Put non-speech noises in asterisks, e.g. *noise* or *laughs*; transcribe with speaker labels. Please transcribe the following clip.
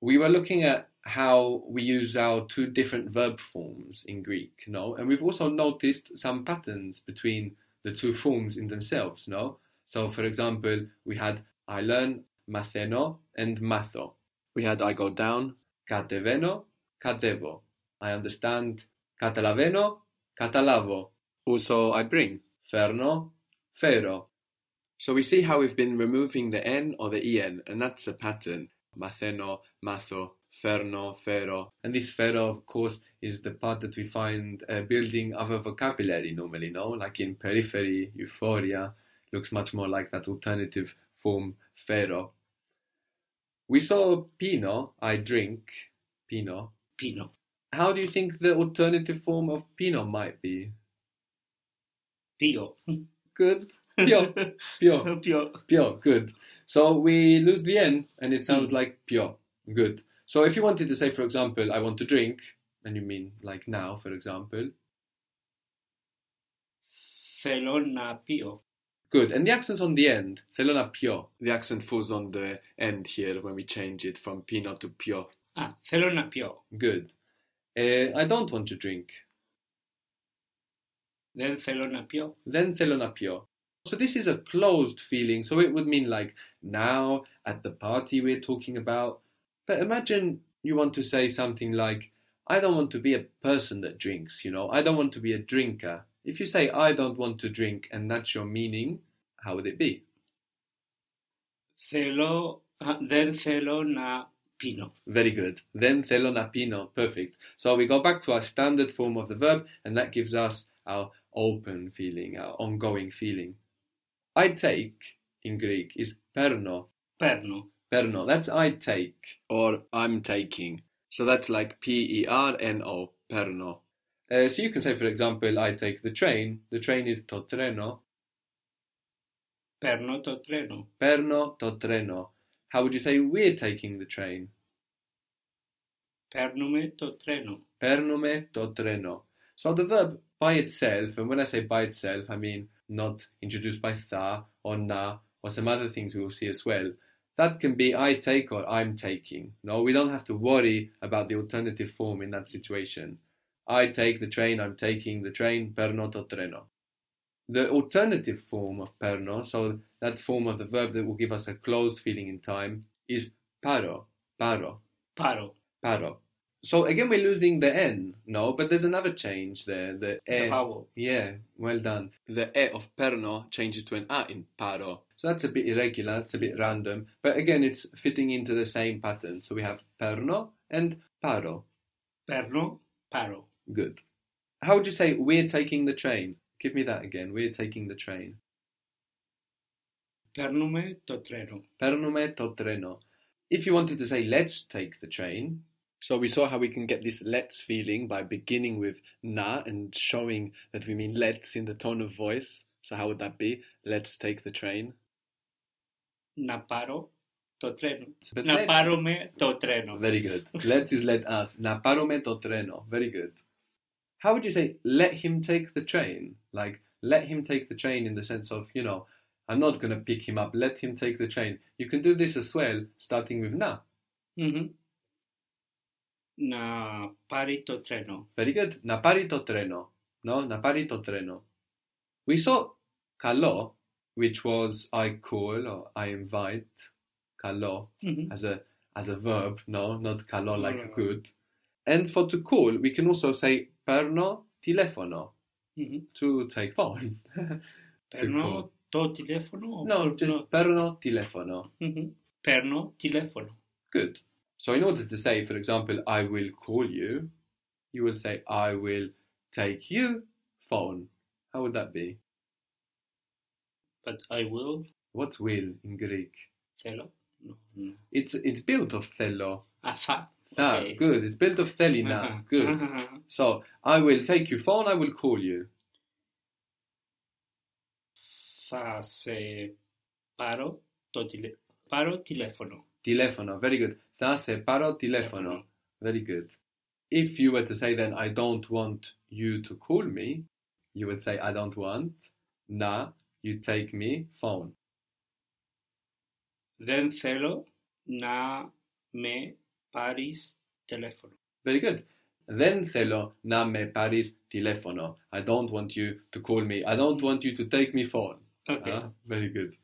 Speaker 1: we were looking at how we use our two different verb forms in Greek, no? And we've also noticed some patterns between the two forms in themselves, no? So, for example, we had I learn, matheno, and matho. We had I go down, kateveno, katevo. I understand, catalaveno, catalavo. Also, I bring, ferno, fero. So we see how we've been removing the N or the EN, and that's a pattern. Matheno, matho, ferno, fero. And this fero, of course, is the part that we find uh, building other vocabulary normally, no? Like in periphery, euphoria, looks much more like that alternative form, fero. We saw pino, I drink, pino.
Speaker 2: Pino.
Speaker 1: How do you think the alternative form of pino might be?
Speaker 2: Pio.
Speaker 1: Good. Pio, pio.
Speaker 2: Pio.
Speaker 1: Pio, good. So we lose the N and it sounds like Pio, good. So if you wanted to say, for example, I want to drink, and you mean like now, for example,
Speaker 2: Felona Pio.
Speaker 1: good. And the accent's on the end, Thelona Pio. The accent falls on the end here when we change it from Pino to Pio,
Speaker 2: Ah, Felona Pio.
Speaker 1: good. Uh, I don't want to drink,
Speaker 2: Then Felona Pio.
Speaker 1: then Thelona Pio. So this is a closed feeling, so it would mean like now at the party we're talking about. But imagine you want to say something like, I don't want to be a person that drinks, you know, I don't want to be a drinker. If you say, I don't want to drink, and that's your meaning, how would it be?
Speaker 2: Thelo, ah, then Felona Pino.
Speaker 1: Very good. Then thelonapino. Perfect. So we go back to our standard form of the verb, and that gives us our open feeling, our ongoing feeling. I take in Greek is perno.
Speaker 2: Perno.
Speaker 1: Perno. That's I take or I'm taking. So that's like P E R N O, perno. Uh, so you can say, for example, I take the train. The train is to treno.
Speaker 2: Perno to treno.
Speaker 1: Perno to treno. How would you say we're taking the train?
Speaker 2: Pernume to treno.
Speaker 1: Pernume to treno. So the verb by itself, and when I say by itself, I mean not introduced by tha or na or some other things we will see as well. That can be I take or I'm taking. No, we don't have to worry about the alternative form in that situation. I take the train, I'm taking the train, perno to treno. The alternative form of perno, so that form of the verb that will give us a closed feeling in time, is paro, paro,
Speaker 2: Paro.
Speaker 1: paro. So again, we're losing the n, no? But there's another change there. The
Speaker 2: The
Speaker 1: e.
Speaker 2: vowel.
Speaker 1: Yeah, well done. The e of perno changes to an a in paro. So that's a bit irregular. It's a bit random. But again, it's fitting into the same pattern. So we have perno and paro.
Speaker 2: Perno. Paro.
Speaker 1: Good. How would you say we're taking the train? Give me that again. We're taking the train.
Speaker 2: Pernume to treno.
Speaker 1: Pernume to treno. If you wanted to say let's take the train. So we saw how we can get this let's feeling by beginning with na and showing that we mean let's in the tone of voice. So how would that be? Let's take the train.
Speaker 2: Na paro to treno.
Speaker 1: But
Speaker 2: Na
Speaker 1: let's-
Speaker 2: parome to treno.
Speaker 1: Very good. Let's is let us. Na parome to treno. Very good. How would you say let him take the train? Like let him take the train in the sense of, you know, I'm not gonna pick him up, let him take the train. You can do this as well, starting with na.
Speaker 2: Mhm. Na pari to treno.
Speaker 1: Very good. Na pari to treno. No, na pari to treno. We saw kalo, which was I call or I invite. Kalo
Speaker 2: Mhm.
Speaker 1: as a as a verb, no, not kalo
Speaker 2: No,
Speaker 1: like
Speaker 2: no, no.
Speaker 1: good. And for to call, we can also say perno telefono
Speaker 2: Mhm.
Speaker 1: to take phone. *laughs*
Speaker 2: Perno to telefono.
Speaker 1: no, just perno telefono.
Speaker 2: Mhm. Perno telefono.
Speaker 1: Good. So in order to say, for example, I will call you, you will say I will take you phone. How would that be?
Speaker 2: But I will.
Speaker 1: What's will in Greek?
Speaker 2: Thelo. No. no.
Speaker 1: It's it's built of thelo.
Speaker 2: Ah, fa.
Speaker 1: Ah,
Speaker 2: Okay.
Speaker 1: good. It's built of thelina.
Speaker 2: Uh-huh.
Speaker 1: Good.
Speaker 2: Uh-huh.
Speaker 1: So I will take you phone. I will call you.
Speaker 2: Face paro to tele, paro telefono.
Speaker 1: Telefono. Very good. Θα σε πάρω τηλέφωνο. Very good. If you were to say then I don't want you to call me, you would say I don't want. Na, you take me phone.
Speaker 2: Δεν θέλω να με πάρεις τηλέφωνο.
Speaker 1: Very good. Δεν θέλω να με πάρεις τηλέφωνο. I don't want you to call me. I don't want you to take me phone.
Speaker 2: Okay.
Speaker 1: Ah, very good.